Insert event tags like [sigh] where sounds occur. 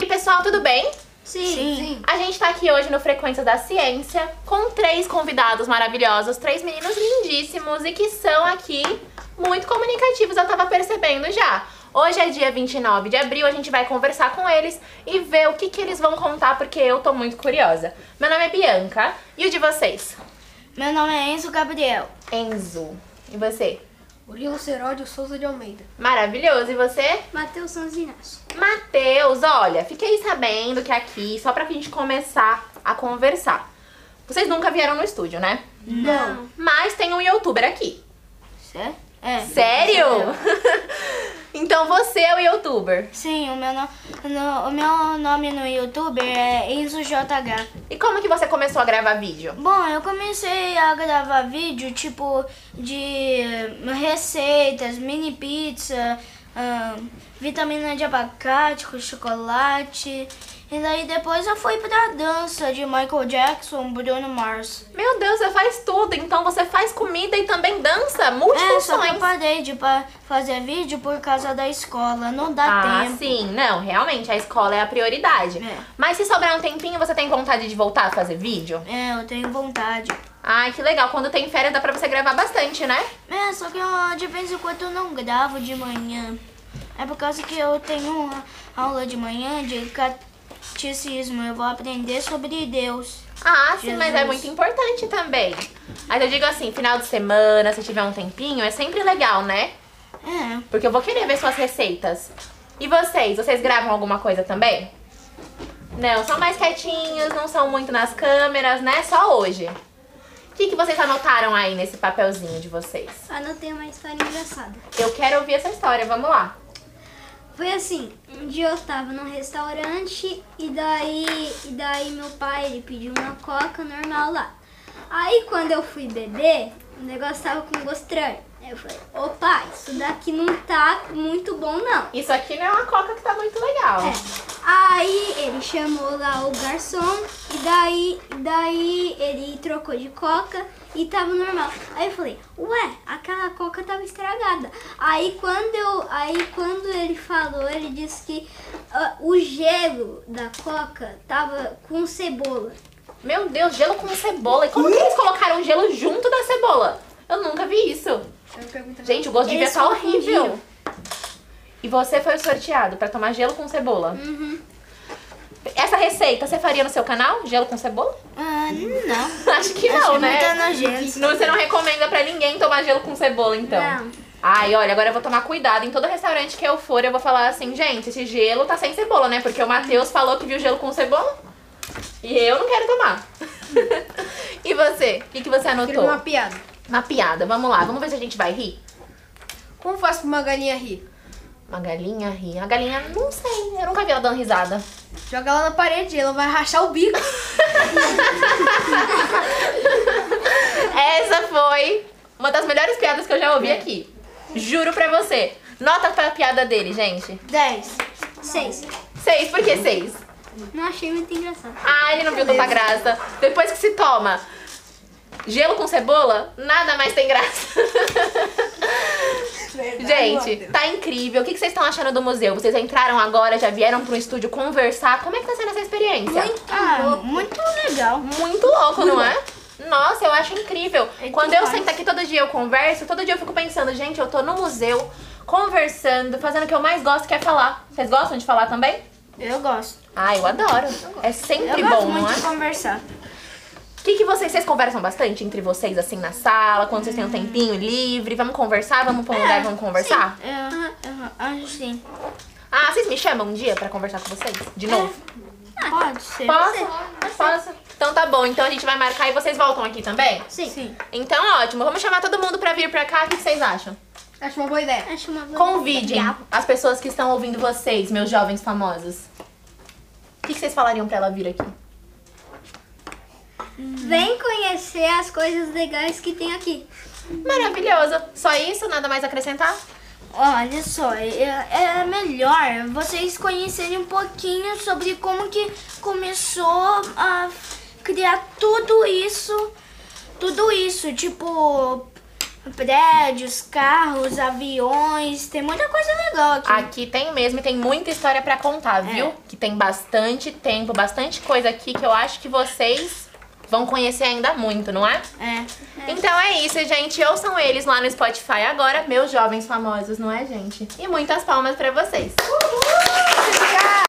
E pessoal, tudo bem? Sim. Sim. A gente tá aqui hoje no Frequência da Ciência com três convidados maravilhosos, três meninos lindíssimos e que são aqui muito comunicativos, eu tava percebendo já. Hoje é dia 29 de abril, a gente vai conversar com eles e ver o que, que eles vão contar, porque eu tô muito curiosa. Meu nome é Bianca e o de vocês? Meu nome é Enzo Gabriel. Enzo. E você? Murilo Seródio Souza de Almeida. Maravilhoso. E você? Matheus Santos Inácio. Matheus, olha, fiquei sabendo que aqui, só pra gente começar a conversar. Vocês nunca vieram no estúdio, né? Não. Mas tem um youtuber aqui. Sério? É. [laughs] Sério? então você é o youtuber. Sim, o meu, no, no- o meu nome no YouTube é Enzo JH. E como que você começou a gravar vídeo? Bom, eu comecei a gravar vídeo tipo de eh, receitas, mini pizza, ahn, vitamina de abacate com chocolate. E daí depois eu fui pra dança de Michael Jackson, Bruno Mars. Meu Deus, você faz tudo. Então você faz comida e também dança? É, só que Multifunções. eu parei de pa- fazer vídeo por causa da escola, não dá ah, tempo. sim. Não, realmente, a escola é a prioridade. É. Mas se sobrar um tempinho, você tem vontade de voltar a fazer vídeo? É, eu tenho vontade. Ai, que legal. Quando tem férias, dá pra você gravar bastante, né? É, só que eu, de vez em quando eu não gravo de manhã. É por causa que eu tenho uma aula de manhã de catecismo. Eu vou aprender sobre Deus. Ah, sim, mas é Jesus. muito importante também. Mas eu digo assim, final de semana, se tiver um tempinho, é sempre legal, né? É, Porque eu vou querer ver suas receitas. E vocês? Vocês gravam alguma coisa também? Não, são mais quietinhos, não são muito nas câmeras, né? Só hoje. O que, que vocês anotaram aí nesse papelzinho de vocês? Anotei uma história engraçada. Eu quero ouvir essa história, vamos lá. Foi assim, um dia eu estava num restaurante e daí, e daí meu pai ele pediu uma coca normal lá. Aí quando eu fui beber, o negócio tava com gosto estranho. Aí Eu falei, ô pai, isso daqui não tá muito bom não. Isso aqui não é uma coca que tá muito legal. É. Aí ele chamou lá o garçom e daí, daí ele trocou de coca e tava normal. Aí eu falei, ué, aquela coca tava estragada. Aí quando eu, aí quando ele falou, ele disse que ah, o gelo da coca tava com cebola. Meu Deus, gelo com cebola. E como que eles colocaram gelo junto da cebola? Eu nunca vi isso. Essa é uma pergunta Gente, o gosto devia Eles estar horrível. confundiram. E você foi o sorteado pra tomar gelo com cebola? Uhum. Essa receita você faria no seu canal? Gelo com cebola? [laughs] ah, [laughs] não. Acho que não, Acho né? muito nojento. Não, você não recomenda pra ninguém tomar gelo com cebola, então? Não. Ai, olha, agora eu vou tomar cuidado. Em todo restaurante que eu for, eu vou falar assim, gente, esse gelo tá sem cebola, né? Porque o Matheus falou que viu gelo com cebola. E eu não quero tomar. [laughs] e você? O que, que você Escreva anotou? uma piada. Uma piada, vamos lá. Vamos ver se a gente vai rir. Como faço pra uma galinha rir? Uma galinha ri. A galinha, não sei. Eu nunca vi ela dando risada. Joga ela na parede, ela vai rachar o bico. Essa foi uma das melhores piadas que eu já ouvi aqui. Juro pra você. Nota pra piada dele, gente. 10. Seis. Seis, por que seis? Não achei muito engraçado. Ah, ele não viu tanta graça. Depois que se toma gelo com cebola, nada mais tem graça. Gente, tá incrível. O que que vocês estão achando do museu? Vocês entraram agora, já vieram pro estúdio conversar. Como é que tá sendo essa experiência? Muito Ah, bom. muito legal. Muito louco, não é? Nossa, eu acho incrível. É Quando eu demais. sento aqui todo dia eu converso, todo dia eu fico pensando, gente, eu tô no museu, conversando, fazendo o que eu mais gosto, que é falar. Vocês gostam de falar também? Eu gosto. Ah, eu adoro. É Eu sempre gosto bom, muito não é? de conversar. O que, que vocês, vocês conversam bastante entre vocês, assim, na sala, quando vocês têm um tempinho livre? Vamos conversar? Vamos É, pra um lugar e vamos conversar? Eu, eu, a gente sim. Ah, vocês me chamam um dia pra conversar com vocês? De É, novo? Pode ser. Posso? Posso? Então tá bom, então a gente vai marcar e vocês voltam aqui também? Sim. Sim. Então ótimo, vamos chamar todo mundo pra vir pra cá, o que que vocês acham? Acho uma boa ideia. Acho uma boa Convidem legal. as pessoas que estão ouvindo vocês, meus jovens famosos. O que, que vocês falariam pra ela vir aqui? Vem conhecer as coisas legais que tem aqui. Maravilhoso! Só isso? Nada mais a acrescentar? Olha só, é, é melhor vocês conhecerem um pouquinho sobre como que começou a criar tudo isso, tudo isso, tipo prédios, carros, aviões, tem muita coisa legal aqui. Aqui tem mesmo e tem muita história pra contar, viu? Que tem bastante tempo, bastante coisa aqui que eu acho que vocês vão conhecer ainda muito, não é? É. Então é isso, gente. Ouçam eles lá no Spotify agora, meus jovens famosos, não é, gente? E muitas palmas pra vocês. Obrigada!